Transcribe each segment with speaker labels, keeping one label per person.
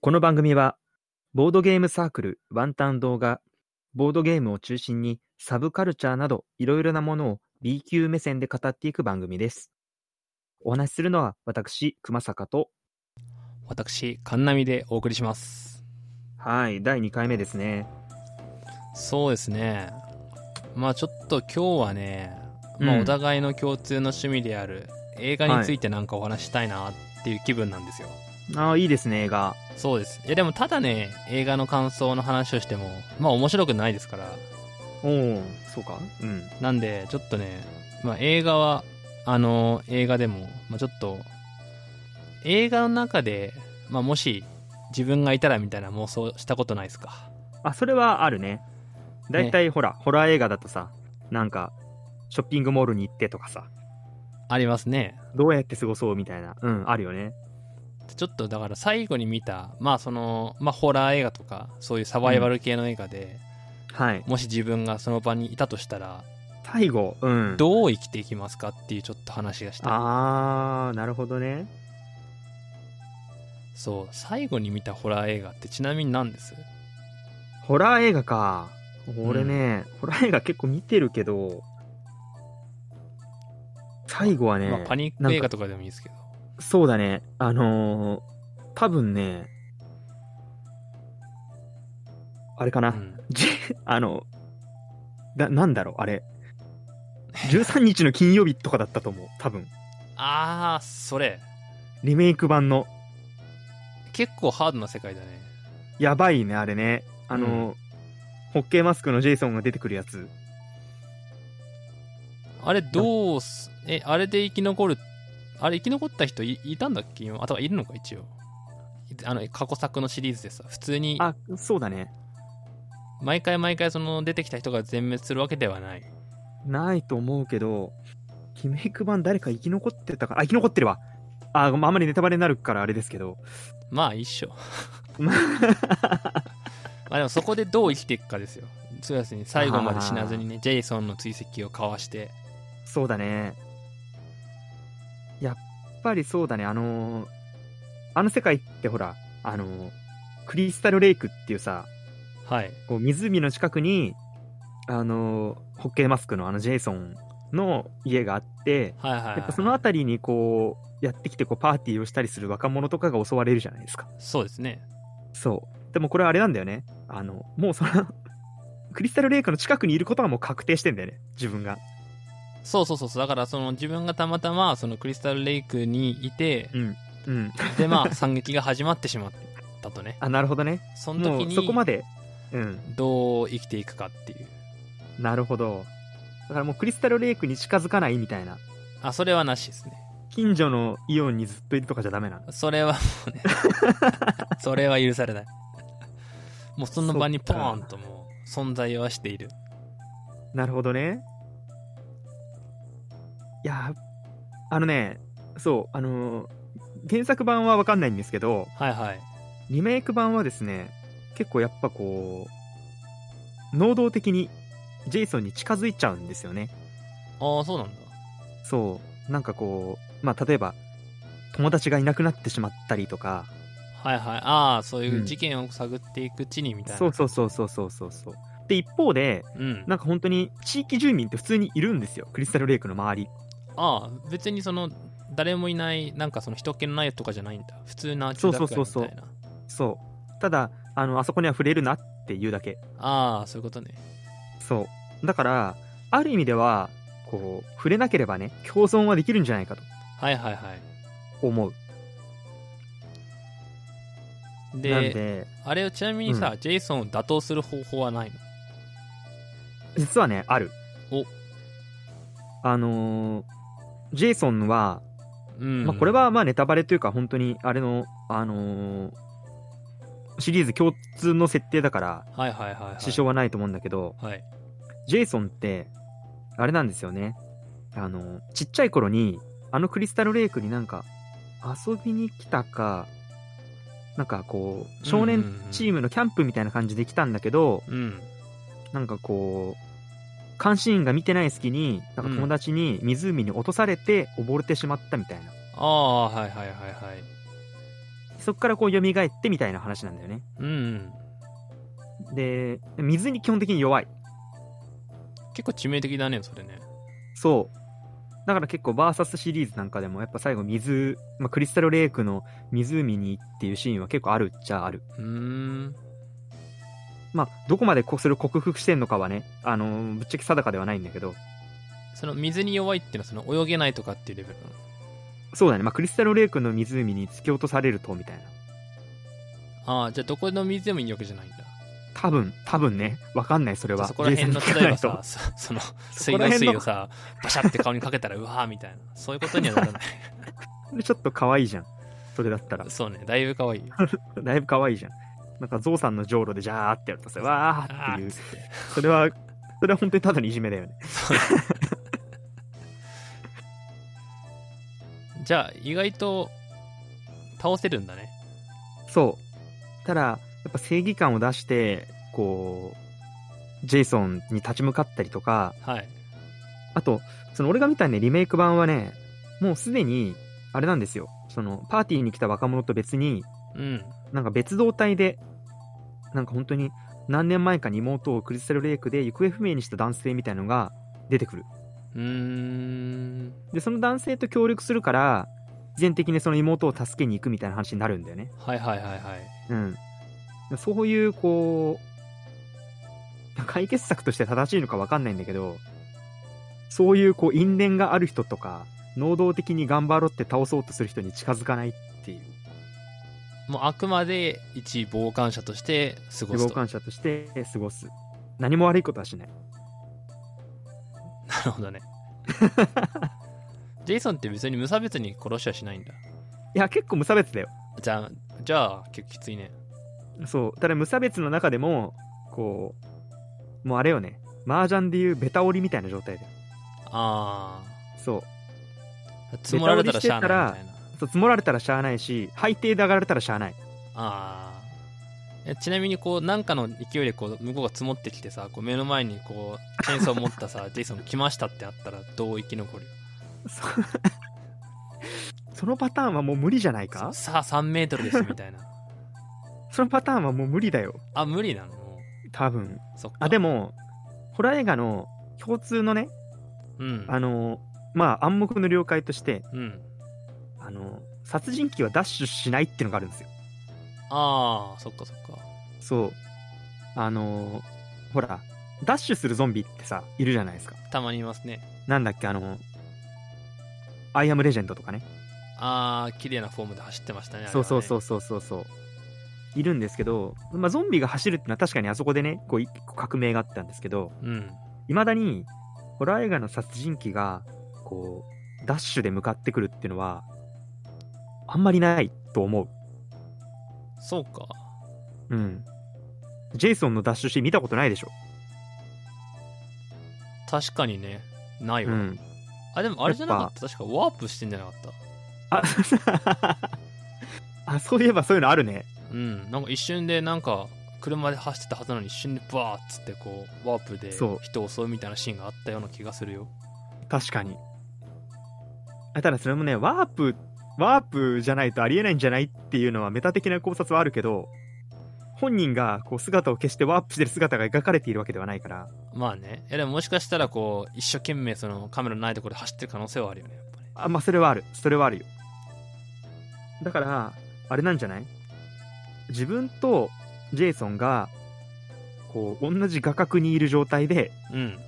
Speaker 1: この番組は、ボードゲームサークルワンタン堂が、ボードゲームを中心にサブカルチャーなどいろいろなものを B 級目線で語っていく番組です。お話しするのは私、熊坂と、
Speaker 2: 私、カンナミでお送りします。
Speaker 1: はい、第2回目ですね。
Speaker 2: そうですね。まあちょっと今日はね、ま
Speaker 1: う
Speaker 2: あ
Speaker 1: ん
Speaker 2: お互いの共通の趣味である映画についてなんかお話ししたいなっていう気分なんですよ。
Speaker 1: ああ、いいですね、映画。
Speaker 2: そうです。いやでもただね、映画の感想の話をしても、まあ面白くないですから。
Speaker 1: おお、そうかうん。
Speaker 2: なんで、ちょっとね、まあ映画は、あの、映画でも、まあちょっと、映画の中で、まあもし自分がいたらみたいな妄想したことないですか。
Speaker 1: あ、それはあるね。だいたいほら、ホラー映画だとさ、なんか、ショッピングモールに行ってとかさ、
Speaker 2: ありますね。
Speaker 1: どうやって過ごそうみたいな、うん、あるよね。
Speaker 2: ちょっとだから最後に見たまあそのまあホラー映画とかそういうサバイバル系の映画で、
Speaker 1: はい。
Speaker 2: もし自分がその場にいたとしたら
Speaker 1: 最後、うん。
Speaker 2: どう生きていきますかっていうちょっと話がしたい
Speaker 1: あー、なるほどね。
Speaker 2: そう最後に見たホラー映画ってちなみに何です
Speaker 1: ホラー映画か。俺ね、ホラー映画結構見てるけど、最後はね、
Speaker 2: まあパニッ
Speaker 1: なん
Speaker 2: ク
Speaker 1: か
Speaker 2: 映画とかでもいいですけど
Speaker 1: そうだね、あのー、多分ね、あれかな、
Speaker 2: うん
Speaker 1: じあの、だ、なんだろう、あれ。13日の金曜日とかだったと思う、多分。
Speaker 2: ああそれ
Speaker 1: リメイク版の。
Speaker 2: 結構ハードな世界だね
Speaker 1: やばいね、あれね。あのー、ホッケーマスクのジェイソンが出てくるやつ。
Speaker 2: あれどうすえあれで生き残るあれ生き残った人いいたんだっけ今あとはいるのか一応いあの過去作のシリーズでさ普通に
Speaker 1: あ、そうだね。
Speaker 2: 毎回毎回その出てきた人が全滅するわけではない
Speaker 1: ないと思うけど、リメイク版誰か生き残ってたかあ、生き残ってるわ。あ、まああんまりネタバレになるからあれですけど。
Speaker 2: まあ一 緒
Speaker 1: ま
Speaker 2: まあでもそこでどう生きていくかですよそうですね最後まで死なずにねジェイソンの追跡をかわして
Speaker 1: そうだね。やっぱりそうだね、あのーあの世界ってほら、あのークリスタルレイクっていうさ、
Speaker 2: はい
Speaker 1: こう湖の近くに、あのーホッケーマスクのあのジェイソンの家があって、
Speaker 2: はいはい、はい
Speaker 1: やっぱその辺りにこう、やってきてこうパーティーをしたりする若者とかが襲われるじゃないですか。
Speaker 2: そうですね
Speaker 1: そう。でもこれはあれなんだよね。あの、もうその、 クリスタルレイクの近くにいることはもう確定してんだよね、自分が。
Speaker 2: そうそうそうそうだからその自分がたまたまそのクリスタルレイクにいて
Speaker 1: うん。うん。
Speaker 2: でまあ惨劇が始まってしまったとね
Speaker 1: あ、なるほどね。
Speaker 2: その
Speaker 1: も
Speaker 2: 時
Speaker 1: うそこま
Speaker 2: に
Speaker 1: で。うん。
Speaker 2: どう生きていくかっていう
Speaker 1: なるほど。だからもうクリスタルレイクに近づかないみたいな。
Speaker 2: あそれはなしですね
Speaker 1: 近所のイオンにずっといるとかじゃダメなの。
Speaker 2: それはもう ねそれは許されないもうその場にポーンともう存在はしている
Speaker 1: なるほどね。いや、あのね、そう、あのー原作版はわかんないんですけど、
Speaker 2: はいはい
Speaker 1: リメイク版はですね、結構やっぱこう、能動的にジェイソンに近づいちゃうんですよね。
Speaker 2: ああそうなんだ
Speaker 1: そう。なんかこう、まあ例えば、友達がいなくなってしまったりとか、
Speaker 2: はいはいああそういうんう事件を探っていくうちにみたいな
Speaker 1: そうそうそうそうそうそうそう。で、一方で、
Speaker 2: うん
Speaker 1: なんか本当に地域住民って普通にいるんですよ。クリスタルレイクの周り。
Speaker 2: ああ別にその誰もいないなんかその人気のないとかじゃないんだ普通の住宅街みたいな
Speaker 1: そうそうそうそう。ただ、あの、あそこには触れるなっていうだけ。
Speaker 2: ああそういうことね
Speaker 1: そう。だから、ある意味では、こう、触れなければね、共存はできるんじゃないかと
Speaker 2: はいはいはい
Speaker 1: 思う。
Speaker 2: で
Speaker 1: なんで、
Speaker 2: あれをちなみにさ、ジェイソンを打倒する方法はないの
Speaker 1: 実はねある
Speaker 2: お
Speaker 1: あのージェイソンは、
Speaker 2: うん、
Speaker 1: まあ、これはまあネタバレというか本当にあれのあのーシリーズ共通の設定だから
Speaker 2: はいはいはい、はい、
Speaker 1: 支障はないと思うんだけど、
Speaker 2: はい
Speaker 1: ジェイソンってあれなんですよねあのーちっちゃい頃にあのクリスタルレイクになんか遊びに来たかなんかこう少年チームのキャンプみたいな感じで来たんだけど、
Speaker 2: うん
Speaker 1: なんかこう、監視員が見てない隙に、なんか友達に湖に落とされて溺れてしまったみたいな。
Speaker 2: ああはいはいはいはい
Speaker 1: そこからこう蘇ってみたいな話なんだよね。
Speaker 2: うんうん
Speaker 1: で、水に基本的に弱い。
Speaker 2: 結構致命的だねそれね
Speaker 1: そう。だから結構バーサスシリーズなんかでもやっぱ最後水、まあ、クリスタルレイクの湖にっていうシーンは結構あるっちゃある。
Speaker 2: うーん
Speaker 1: まあどこまでこそれを克服してんのかはね、あのーぶっちゃけ定かではないんだけど、
Speaker 2: その水に弱いっていうのはその泳げないとかっていうレベルなの
Speaker 1: そうだね、まあ、クリスタルレイクの湖に突き落とされるとみたいな。
Speaker 2: ああじゃあどこの水でもいいわけじゃないんだ
Speaker 1: 多分、多分ね、わかんない、それ
Speaker 2: じゃ
Speaker 1: は。
Speaker 2: あそこら辺の
Speaker 1: ジェイソン
Speaker 2: 例えば
Speaker 1: に聞かない
Speaker 2: さ
Speaker 1: と
Speaker 2: そその
Speaker 1: そ
Speaker 2: 水
Speaker 1: こら
Speaker 2: 道
Speaker 1: 辺
Speaker 2: 水
Speaker 1: の
Speaker 2: をさバシャって顔にかけたらうわーみたいなそういうことにはならない
Speaker 1: ちょっと可愛いじゃん。それだったら。
Speaker 2: そうねだいぶ可愛いよ
Speaker 1: だいぶ可愛いじゃん。なんかゾウさんのじょうろでジャーってやるとさ、わーっていう。
Speaker 2: つって
Speaker 1: それは、それは本当にただのいじめだよね。
Speaker 2: じゃあ意外と倒せるんだね
Speaker 1: そう。ただ、やっぱ正義感を出して、こう、ジェイソンに立ち向かったりとか、
Speaker 2: はい
Speaker 1: あと、その俺が見たね、リメイク版はね、もうすでに、あれなんですよ。その、パーティーに来た若者と別に、
Speaker 2: うん
Speaker 1: なんか別動隊で、なんか本当に何年前かに妹をクリスタルレイクで行方不明にした男性みたいのが出てくる。
Speaker 2: うーん
Speaker 1: で、その男性と協力するから、自然的にその妹を助けに行くみたいな話になるんだよね。
Speaker 2: はいはいはいはい
Speaker 1: うん。そういう、こう、解決策として正しいのかわかんないんだけど、そういう、こう、因縁がある人とか、能動的に頑張ろうって倒そうとする人に近づかないっていう、
Speaker 2: もうあくまで一傍観者として過ごす
Speaker 1: 傍
Speaker 2: とな
Speaker 1: 観者として過ごす。何も悪いことはしない。
Speaker 2: るほど ねジェイソンって別に無差別に殺しはしないんだ
Speaker 1: いや、結構無差別だよ。
Speaker 2: じゃあじゃあ結構きついね
Speaker 1: そう。ただ無差別の中でも、こう、もうあれよね。麻雀でいうベタ折りみたいな状態で。
Speaker 2: あ
Speaker 1: そう。
Speaker 2: あ積もられたらしゃあないみたいな
Speaker 1: そう積もられたらしゃあないし、背底で上がられたらしゃあない。
Speaker 2: ああちなみにこうなんかの勢いでこう向こうが積もってきてさこう目の前にこうチェーンソー持った さジェイソン来ましたってあったらどう生き残るよ
Speaker 1: そそのパターンはもう無理じゃないか
Speaker 2: さあ3メートルですみたいな
Speaker 1: そのパターンはもう無理だよ
Speaker 2: あ無理なのも
Speaker 1: 多分
Speaker 2: うそっか
Speaker 1: あでもホラー映画の共通のね
Speaker 2: うん
Speaker 1: あのまあ暗黙の了解として
Speaker 2: うん
Speaker 1: あの殺人鬼はダッシュしないっていうのがあるんですよ
Speaker 2: ああそっかそっか
Speaker 1: そうあのほらダッシュするゾンビってさいるじゃないですか
Speaker 2: たまにいますね
Speaker 1: なんだっけあのアイアムレジェンドとかね
Speaker 2: ああ綺麗なフォームで走ってましたねあれはね
Speaker 1: そうそうそうそうそうそういるんですけど、まあ、ゾンビが走るってのは確かにあそこでねこう一個革命があったんですけど
Speaker 2: うん
Speaker 1: いまだにホラー映画の殺人鬼がこうダッシュで向かってくるっていうのはあんまりないと思う
Speaker 2: そうか
Speaker 1: うんジェイソンのダッシュシーン見たことないでしょ
Speaker 2: 確かにねないうわ、
Speaker 1: ん
Speaker 2: あでもあれじゃなかった確かワープしてんじゃなかった
Speaker 1: ああそういえばそういうのあるね
Speaker 2: うんなんか一瞬でなんか車で走ってたはずなのに一瞬でバーッつってこうワープで
Speaker 1: そう
Speaker 2: 人を襲うみたいなシーンがあったような気がするよ
Speaker 1: 確かにあただそれもねワープワープじゃないとありえないんじゃないっていうのはメタ的な考察はあるけど本人がこう姿を消してワープしてる姿が描かれているわけではないから
Speaker 2: まあねいやでももしかしたらこう一生懸命そのカメラのないところで走ってる可能性はあるよねやっぱね
Speaker 1: あまあそれはあるそれはあるよだからあれなんじゃない自分とジェイソンがこう同じ画角にいる状態で
Speaker 2: うん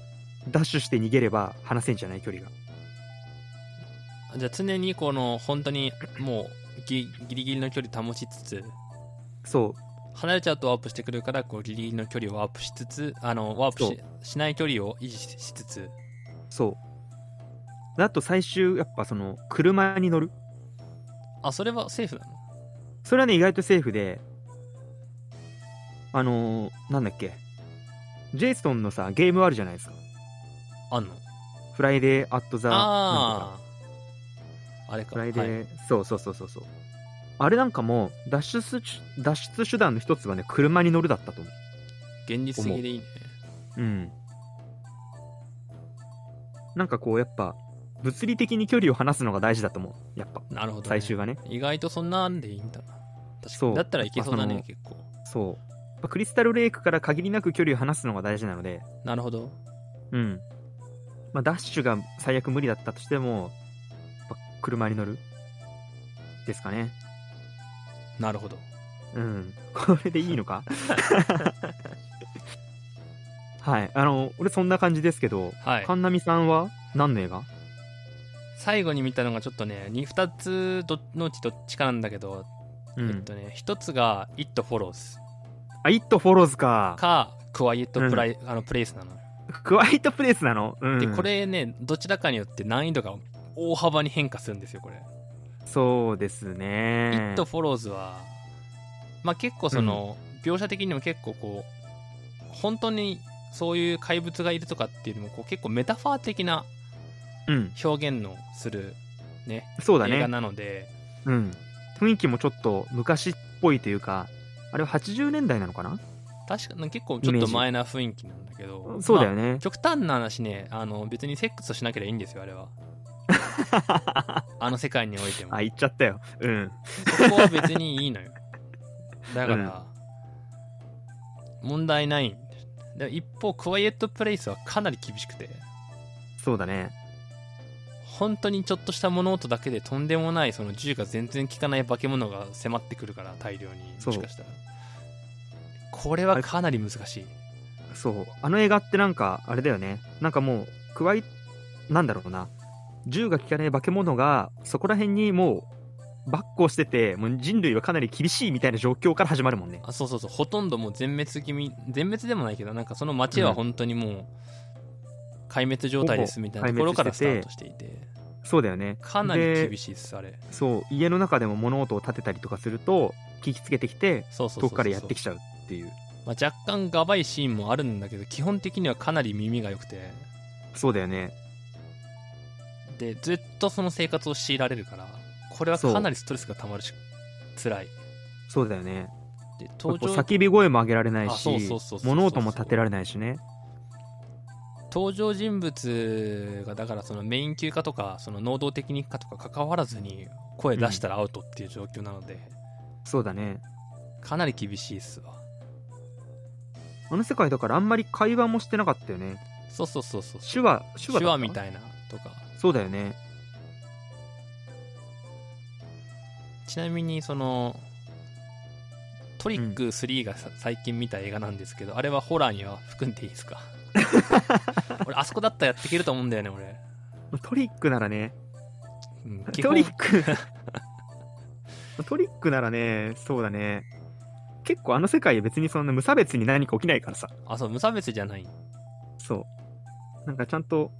Speaker 1: ダッシュして逃げれば離せんじゃない距離が
Speaker 2: じゃあ常にこの本当にもうギギリギリの距離保ちつつ
Speaker 1: そう
Speaker 2: 離れちゃうとワープしてくるからこうギリギリの距離をワープしつつあのワープししない距離を維持ししつつ
Speaker 1: そうだと最終やっぱその車に乗る
Speaker 2: あそれはセーフなの
Speaker 1: それはね、意外とセーフで、あのーなんだっけ、ジェイソンのさ、ゲームあるじゃないですか。
Speaker 2: あんの
Speaker 1: フライデーアットザ、なんとか
Speaker 2: あああれか
Speaker 1: フライデ
Speaker 2: はい
Speaker 1: ー、そうそうそうそうそう。あれなんかも、脱出し、脱出手段の一つはね、車に乗るだったと思
Speaker 2: 現実的でいいね
Speaker 1: う。うん。なんかこう、やっぱ、物理的に距離を離すのが大事だと思う。やっぱ、
Speaker 2: なるほどね、
Speaker 1: 最終はね。
Speaker 2: 意外とそんなんでいいんだな確か
Speaker 1: そう
Speaker 2: にだったらいけそうだ
Speaker 1: や
Speaker 2: ね
Speaker 1: っぱ
Speaker 2: 結構
Speaker 1: そう。やっぱクリスタルレイクから限りなく距離を離すのが大事なので、
Speaker 2: なるほど
Speaker 1: うん。まあ、ダッシュが最悪無理だったとしても、やっぱ車に乗るですかね。
Speaker 2: なるほど
Speaker 1: うん。 これでいいの かはい。あの、俺そんな感じですけど、
Speaker 2: は
Speaker 1: 神
Speaker 2: い
Speaker 1: 奈美さんは何の映画
Speaker 2: 最後に見たのがちょっとね 2, 二つどのうちどっちかなんだけど、
Speaker 1: う
Speaker 2: えっ
Speaker 1: ん。
Speaker 2: とね一つが「It Follows
Speaker 1: あ、It Follows か」。
Speaker 2: か「Quiet Pla- あのプレイスなの、
Speaker 1: クワイトプレイスなのうん。
Speaker 2: でこれねどちらかによって難易度が大幅に変化するんですよこれ
Speaker 1: そうです
Speaker 2: 「
Speaker 1: ね。
Speaker 2: It Follows は」まあ、結構その、描写的にも結構こう本当にそういう怪物がいるとかっていうよりもこう結構メタファー的な
Speaker 1: うん。
Speaker 2: 表現のする、ね
Speaker 1: そうだ
Speaker 2: 映
Speaker 1: ね。
Speaker 2: 画なので
Speaker 1: うん。雰囲気もちょっと昔っぽいというか、あれは80年代なのかな
Speaker 2: 確かに結構ちょっと前な雰囲気なんだけど
Speaker 1: そうだよ
Speaker 2: ね、
Speaker 1: ね
Speaker 2: まあ。極端な話ねあの別にセックスをしなければいいんですよ あれはあの世界においても
Speaker 1: あ、言っちゃったよ。うん。
Speaker 2: そこは別にいいのよ。だから、問題ない。で一方、クワイエットプレイスはかなり厳しくて、
Speaker 1: そうだね。
Speaker 2: 本当にちょっとした物音だけでとんでもない、その銃が全然効かない化け物が迫ってくるから、大量に。
Speaker 1: そ
Speaker 2: も
Speaker 1: う
Speaker 2: しかしたら。これはかなり難しい。
Speaker 1: そう。あの映画ってなんか、あれだよね。なんかもう、くわい、なんだろうな。銃が効かない化け物が、そこら辺にもう、バックをしてて、もう人類はかなり厳しいみたいな状況から始まるもんね。
Speaker 2: あそうそうそう、ほとんどもう全滅気味、全滅でもないけど、なんかその街は本当にもう、壊滅状態ですみたいなところからスタートしていて、
Speaker 1: そうだよね。
Speaker 2: かなり
Speaker 1: で
Speaker 2: 厳しいです、あれ。
Speaker 1: そう、家の中でも物音を立てたりとかすると、聞きつけてきて、
Speaker 2: そうそうそうそ
Speaker 1: 遠
Speaker 2: う
Speaker 1: くからやってきちゃうっていう。
Speaker 2: まあ、若干がばいシーンもあるんだけど基本的にはかなり耳が良くて
Speaker 1: そうだよね。
Speaker 2: でずっとその生活を強いられるからこれはかなりストレスがたまるし辛い
Speaker 1: そうだよね。
Speaker 2: で
Speaker 1: こう
Speaker 2: 登場
Speaker 1: 叫び声も上げられない
Speaker 2: あそう
Speaker 1: し
Speaker 2: そうそうそうそう、
Speaker 1: 物音も立てられないしね。
Speaker 2: 登場人物がだからそのメイン級かとかその能動的にかとか関わらずに声出したらアウトっていう状況なので、
Speaker 1: そうだね。
Speaker 2: かなり厳しいっすわ
Speaker 1: あの世界だからあんまり会話もしてなかったよね。
Speaker 2: そうそうそうそう
Speaker 1: 手話、手話だった
Speaker 2: 手話みたいなとか
Speaker 1: そうだよね。
Speaker 2: ちなみにそのトリック3がさ最近見た映画なんですけど、あれはホラーには含んでいいですか 俺あそこだったらやっていけると思うんだよね俺、
Speaker 1: トリックならね、
Speaker 2: うん、基
Speaker 1: ト
Speaker 2: 本
Speaker 1: リッ ク。トリックならね、そうだね。結構あの世界別にそんな無差別に何か起きないからさ。
Speaker 2: あそう無差別じゃない
Speaker 1: そう。なんかちゃんと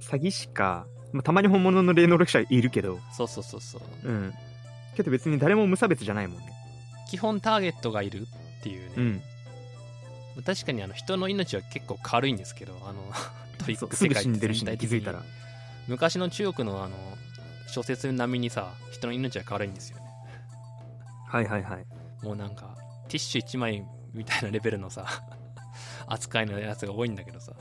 Speaker 1: 詐欺師か、まあ、たまに本物の霊能力者いるけど、
Speaker 2: そうそうそうそう
Speaker 1: うん。けど別に誰も無差別じゃないもんね。
Speaker 2: 基本ターゲットがいるっていうね、
Speaker 1: うん。
Speaker 2: 確かにあの人の命は結構軽いんですけど あのトリッ
Speaker 1: そう
Speaker 2: ク
Speaker 1: す
Speaker 2: 世
Speaker 1: ぐ
Speaker 2: 界
Speaker 1: 死んでるし、
Speaker 2: 全
Speaker 1: ね、
Speaker 2: 体
Speaker 1: 気
Speaker 2: 的
Speaker 1: づ
Speaker 2: に
Speaker 1: いたら。
Speaker 2: 昔の中国のあの小説並みにさ人の命は軽いんですよね
Speaker 1: はいはいはい。
Speaker 2: もうなんかティッシュ1枚みたいなレベルのさ 扱いのやつが多いんだけどさ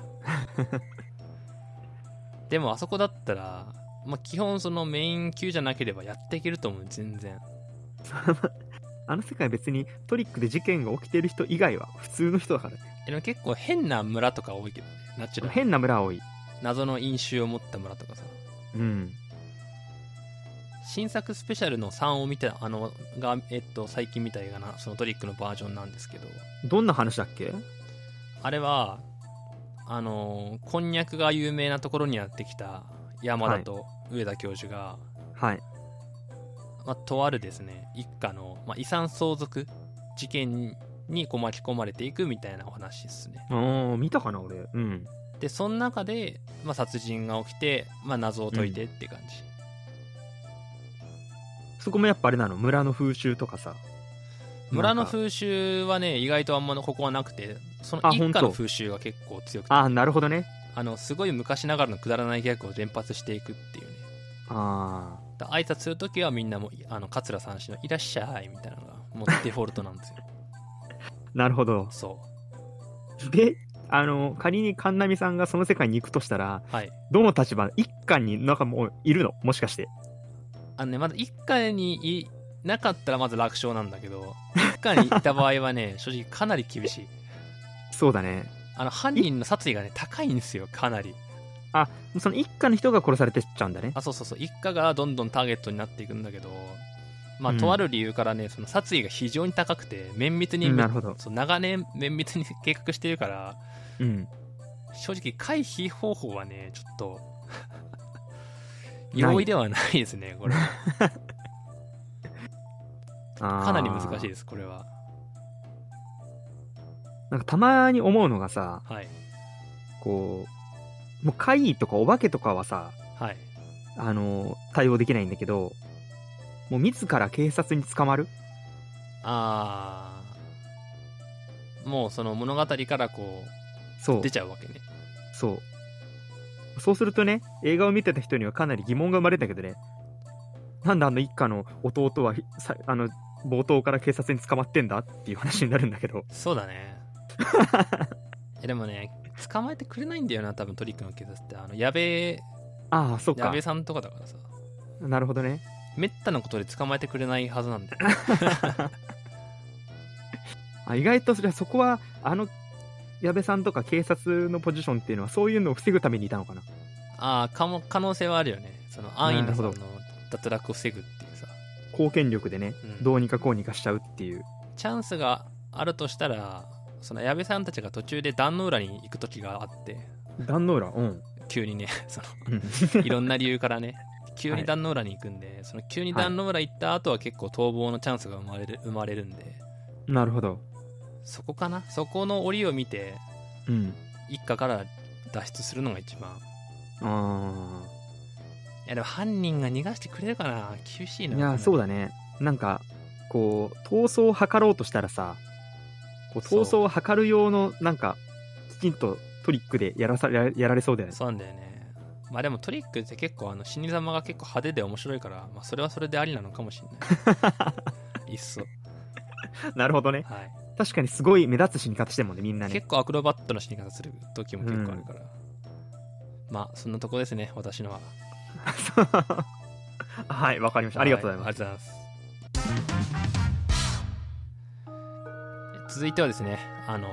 Speaker 2: でもあそこだったら、まあ、基本そのメイン級じゃなければやっていけると思う全然
Speaker 1: あの世界別にトリックで事件が起きてる人以外は普通の人だからね。
Speaker 2: でも結構変な村とか多いけどねナチュラル
Speaker 1: 変な村多い。
Speaker 2: 謎の飲酒を持った村とかさ
Speaker 1: うん。
Speaker 2: 新作スペシャルの3を見たあのが、えっと、最近見た映画なそのトリックのバージョンなんですけど
Speaker 1: どんな話だっけ
Speaker 2: あれはあのこんにゃくが有名なところにやってきた山田と上田教授が、
Speaker 1: はい。
Speaker 2: まあ、とあるですね一家の、まあ、遺産相続事件にこう巻き込まれていくみたいなお話ですね
Speaker 1: ああ、見たかな、俺。うん。
Speaker 2: でその中で、まあ、殺人が起きて、まあ、謎を解いてって感じ、
Speaker 1: そこもやっぱあれなの、村の風習とかさ。
Speaker 2: 村の
Speaker 1: 習。
Speaker 2: 風習はね意外とあんまここはなくてその
Speaker 1: あ
Speaker 2: 一
Speaker 1: 本
Speaker 2: 家
Speaker 1: 当
Speaker 2: の風習が結構強くて
Speaker 1: あ
Speaker 2: あ
Speaker 1: あ、なるほどね。
Speaker 2: のすごい昔ながらのくだらないギャグを連発していくっていうね
Speaker 1: ああ、
Speaker 2: だ挨拶するときはみんなもあの桂三氏の「いらっしゃい」みたいなのがもうデフォルトな んですよ
Speaker 1: なるほど。
Speaker 2: そ
Speaker 1: で、あの、仮に神奈美さんがその世界に行くとしたら、
Speaker 2: うはい
Speaker 1: どの立場、一家になんかもういるのもしかして。
Speaker 2: あのねまだ一家にいなかったらまず楽勝なんだけど一家にいた場合はね 正直かなり厳しい
Speaker 1: そうだね。
Speaker 2: あの犯人の殺意がね高いんですよかなり
Speaker 1: その一家の人が殺されてっちゃうんだね。
Speaker 2: あそうそうそう一家がどんどんターゲットになっていくんだけどまあ、
Speaker 1: うん
Speaker 2: とある理由からねその殺意が非常に高くて綿密に、
Speaker 1: うんなるほど
Speaker 2: そう長年綿密に計画してるから
Speaker 1: うん。
Speaker 2: 正直回避方法はねちょっと
Speaker 1: ない
Speaker 2: 容易ではないですねこれはか
Speaker 1: か
Speaker 2: なり難しいですこれは
Speaker 1: なんかたまに思うのがさ、
Speaker 2: はい
Speaker 1: こう、もう怪異とかお化けとかはさ、
Speaker 2: はい
Speaker 1: あの、対応できないんだけど、もう自ら警察に捕まる
Speaker 2: あーもうその物語からこ
Speaker 1: そう
Speaker 2: う出。ちゃうわけね
Speaker 1: そう。そうするとね、映画を見てた人にはかなり疑問が生まれたけどね、なんであの一家の弟はさあの冒頭から警察に捕まってんだっていう話になるんだけど、
Speaker 2: そうだね いやでもね捕まえてくれないんだよな多分トリックの警察ってあの矢部
Speaker 1: ああ、そっ
Speaker 2: 矢
Speaker 1: か
Speaker 2: 部、さんとかだからさ
Speaker 1: なるほどね。
Speaker 2: めったなことで捕まえてくれないはずなん だよ
Speaker 1: あ意外とそれはそこは、あの矢部さんとか警察のポジションっていうのは、そういうのを防ぐためにいたのかな。
Speaker 2: ああかも可能性はあるよねその安易
Speaker 1: なる
Speaker 2: な
Speaker 1: ほ
Speaker 2: そ
Speaker 1: ど
Speaker 2: の脱落を防ぐっていうさ、
Speaker 1: 貢献力でね、
Speaker 2: うん
Speaker 1: どうにかこうにかしちゃうっていう。
Speaker 2: チャンスがあるとしたらその矢部さんたちが途中で壇ノ浦に行く時があって
Speaker 1: 壇の浦、うん。
Speaker 2: 急にね そのいろんな理由からね急に壇ノ浦に行くんで、その急に壇ノ浦行った後は結構逃亡のチャンスが生まれる生まれるんで
Speaker 1: なるほど。
Speaker 2: そこかなそこの檻を見て
Speaker 1: うん。
Speaker 2: 一家から脱出するのが一番
Speaker 1: あ
Speaker 2: いやでも犯人が逃がしてくれるかな厳しい
Speaker 1: あ。
Speaker 2: ない
Speaker 1: や、そう
Speaker 2: だ
Speaker 1: だね。なんか、こう、闘争を図ろうとしたらさ、こう闘争を図る用の、なんか、きちんとトリックでやらさややられそうだよね。
Speaker 2: そうなんだよねまあでもトリックって結構あの死に様が結構派手で面白いから、まあ、それはそれでありなのかもしれ ないいっそ
Speaker 1: なるほどね。
Speaker 2: はい
Speaker 1: 確かにすごい目立つ死に方してるもんね、みんなね。
Speaker 2: 結構アクロバットの死に方する時も結構あるから、まあそんなとこですね私のは
Speaker 1: はい、わかりました。ありがとうございます。
Speaker 2: はありがとうございます続いてはですねあのー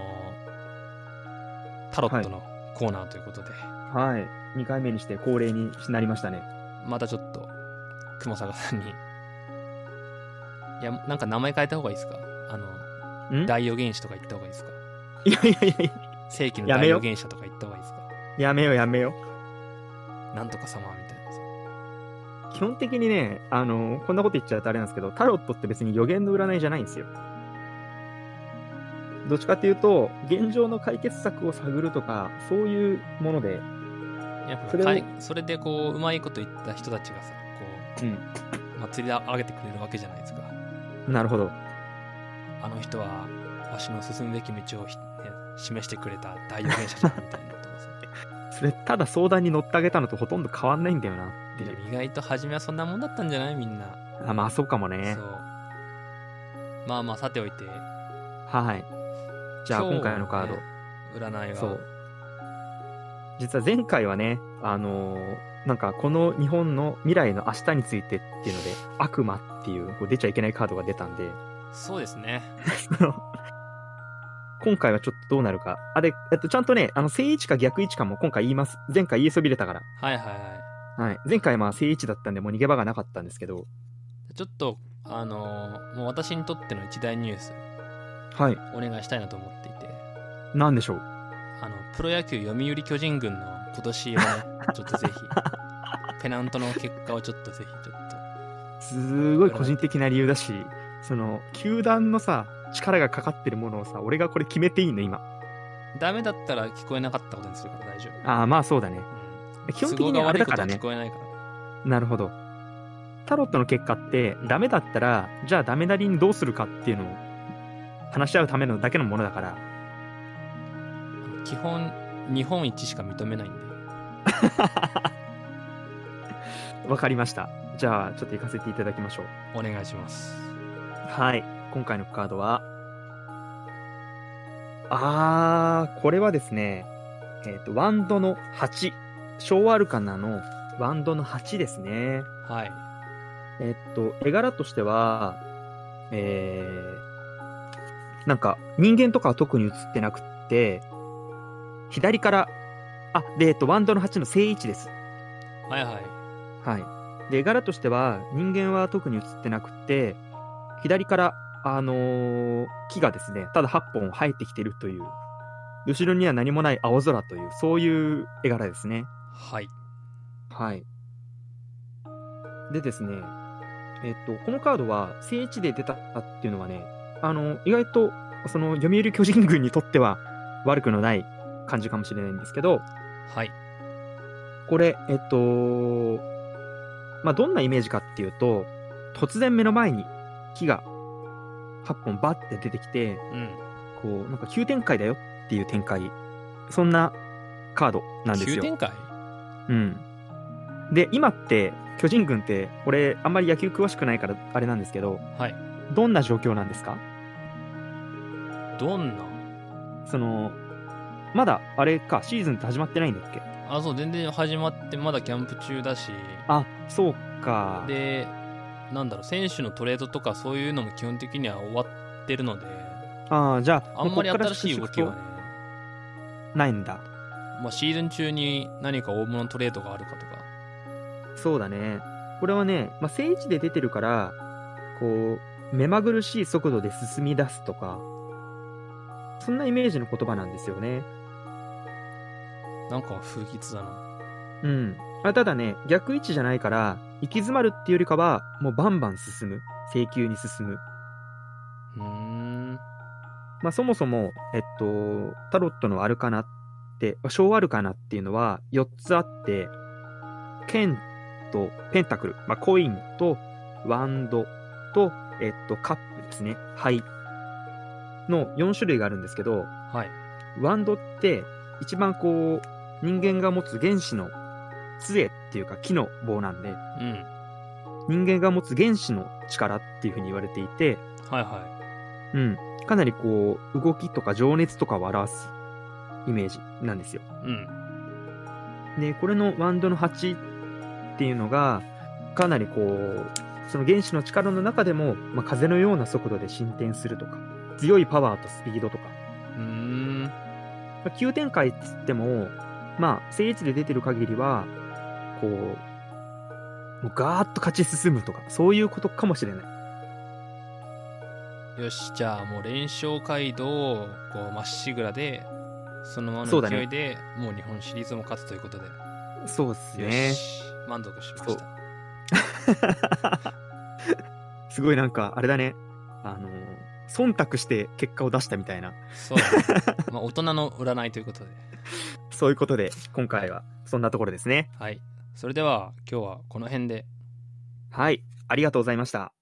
Speaker 2: タロットのコーナーということで、
Speaker 1: はい。2回目にして恒例になりましたね。
Speaker 2: またちょっと雲坂さんにいやなんか名前変えた方がいいですかあの
Speaker 1: ん
Speaker 2: 大予言者とか言った方がいいですか
Speaker 1: いやいやいやい
Speaker 2: 世紀の
Speaker 1: や
Speaker 2: 大
Speaker 1: めよ
Speaker 2: 予言者とか言った方がいいですか
Speaker 1: や。やめようやめよう。
Speaker 2: なんとか様みたいなさ
Speaker 1: 基本的にね、あのこんなこと言っちゃうとあれなんですけど、タロットって別に予言の占いじゃないんですよ。どっちかっていうと、現状の解決策を探るとか、そういうもので、
Speaker 2: やっぱ
Speaker 1: それを
Speaker 2: かいそれでこううまいこと言った人たちがさこう、祭り上げてくれるわけじゃないですか
Speaker 1: なるほど。
Speaker 2: あの人はわしの進むべき道をひ、ね、示してくれた大予言者じゃんみたいなとかさ
Speaker 1: それ、ただ相談に乗ってあげたのとほとんど変わんないんだよなって
Speaker 2: で
Speaker 1: いう。
Speaker 2: も意外と初めはそんなもんだったんじゃないみんな、
Speaker 1: あまあ、そうかもね
Speaker 2: そ。うまあまあさておいて
Speaker 1: はい。じゃあ、
Speaker 2: 今日
Speaker 1: 今回のカード
Speaker 2: ね。占いは
Speaker 1: そう。実は前回はね、あのーなんかこの日本の未来の明日についてっていうので、悪魔っていう、こう出ちゃいけないカードが出たんで、
Speaker 2: そうですね
Speaker 1: その 今回はちょっとどうなるか。あ、で、えっと、ちゃんとね、あの、正位置か逆位置かも今回言います。前回言いそびれたから。
Speaker 2: はいはいは
Speaker 1: はい。前回まあ正位置だったんで、もう逃げ場がなかったんですけど。
Speaker 2: いちょっとあのーもう私にとっての一大ニュース
Speaker 1: はい。
Speaker 2: お願いしたいなと思っていて
Speaker 1: なんでしょう。
Speaker 2: あのプロ野球読売巨人軍の今年をねちょっと ぜひペナントの結果をちょっとぜひちょっと
Speaker 1: すごい個人的な理由だし、その、球団のさ、力がかかってるものをさ、俺がこれ決めていいの今。
Speaker 2: ダメだったら聞こえなかったことにするから大丈夫
Speaker 1: ああ、まあそうだね。基本的
Speaker 2: 都合
Speaker 1: に
Speaker 2: が
Speaker 1: あれだ
Speaker 2: 悪いこ
Speaker 1: か
Speaker 2: と
Speaker 1: ら
Speaker 2: は聞
Speaker 1: ね。
Speaker 2: こえないから
Speaker 1: なるほど。タロットの結果って、ダメだったら、じゃあダメなりにどうするかっていうのを話し合うためのだけのものだから。
Speaker 2: 基本日本一しか認めないんで
Speaker 1: わかりました。じゃあ、ちょっと行かせていただきましょう。
Speaker 2: お願いします
Speaker 1: はい。今回のカードは、あー、これはですね、えっ、と、ワンドの8。昭和アルカナのワンドの8ですね。
Speaker 2: はい
Speaker 1: えっと、絵柄としては、えー、なんか人間とかは特に映ってなくって、左から、あ、で、えっと、ワンドの8の正位置です。
Speaker 2: はいはい。
Speaker 1: はい。で、絵柄としては人間は特に映ってなくって、左から、あのー木がですね、ただ8本生えてきてるという、後ろには何もない青空という、そういう絵柄ですね。
Speaker 2: はい。
Speaker 1: はい。でですね、えっと、このカードは聖地で出たっていうのはね、あの、意外と、その、読売巨人軍にとっては悪くのない感じかもしれないんですけど、
Speaker 2: はい。
Speaker 1: これ、えっと、まあ、どんなイメージかっていうと、突然目の前に木が8本バッて出てきて、
Speaker 2: うん。
Speaker 1: こう、なんか急展開だよっていう展開。そんなカードなんですよ。
Speaker 2: 急展開
Speaker 1: うん。で、今って、巨人軍って、俺、あんまり野球詳しくないから、あれなんですけど、
Speaker 2: はい。
Speaker 1: どんな状況なんですか
Speaker 2: どんな
Speaker 1: その、まだ、あれか、シーズンって始まってないんだっけ
Speaker 2: あ、そう、全然始まって、まだキャンプ中だし、
Speaker 1: あ、そうか。
Speaker 2: で、なんだろう、選手のトレードとかそういうのも基本的には終わってるので、
Speaker 1: ああ、じゃあ、
Speaker 2: あんまり
Speaker 1: もうこっから
Speaker 2: 新しい動きはね、
Speaker 1: ないんだ。
Speaker 2: まあ、シーズン中に何か大物トレードがあるかとか、
Speaker 1: そうだね。これはね、まあ、聖地で出てるから、こう、目まぐるしい速度で進み出すとか、そんなイメージの言葉なんですよね。
Speaker 2: なんか不吉だな。
Speaker 1: うん。あただね、逆位置じゃないから、行き詰まるっていうよりかは、もうバンバン進む。請求に進む。
Speaker 2: うーん。
Speaker 1: まあそもそも、えっと、タロットのアルカナって、まあ小アルカナっていうのは4つあって、剣とペンタクル、まあコインとワンドと、えっと、カップですね。灰の4種類があるんですけど、
Speaker 2: はい。
Speaker 1: ワンドって一番こう、人間が持つ原始の杖っていうか木の棒なんで、
Speaker 2: うん。
Speaker 1: 人間が持つ原子の力っていうふうに言われていて、
Speaker 2: はいは
Speaker 1: うん、かなりこう動きとか情熱とかを表すイメージなんですよ。
Speaker 2: い。うん。
Speaker 1: でこれのワンドの8っていうのがかなりこうその原子の力の中でも、まあ、風のような速度で進展するとか強いパワーとスピードとか、
Speaker 2: うーん。
Speaker 1: まあ、急展開っつってもまあ聖地で出てる限りはこうもうガーッと勝ち進むとかそういうことかもしれない。
Speaker 2: よしじゃあもう連勝街道をこうまっしぐらでそのまま
Speaker 1: そう
Speaker 2: の
Speaker 1: だね
Speaker 2: 勢いでもう日本シリーズも勝つということで、
Speaker 1: そうです
Speaker 2: よし満足しました
Speaker 1: すごいなんか、あれだね。あのー、忖度して結果を出したみたいな。
Speaker 2: そうだねまあ大人の占いということで
Speaker 1: そういうことで、今回はそんなところですね。
Speaker 2: はいそれでは今日はこの辺で
Speaker 1: はい。ありがとうございました。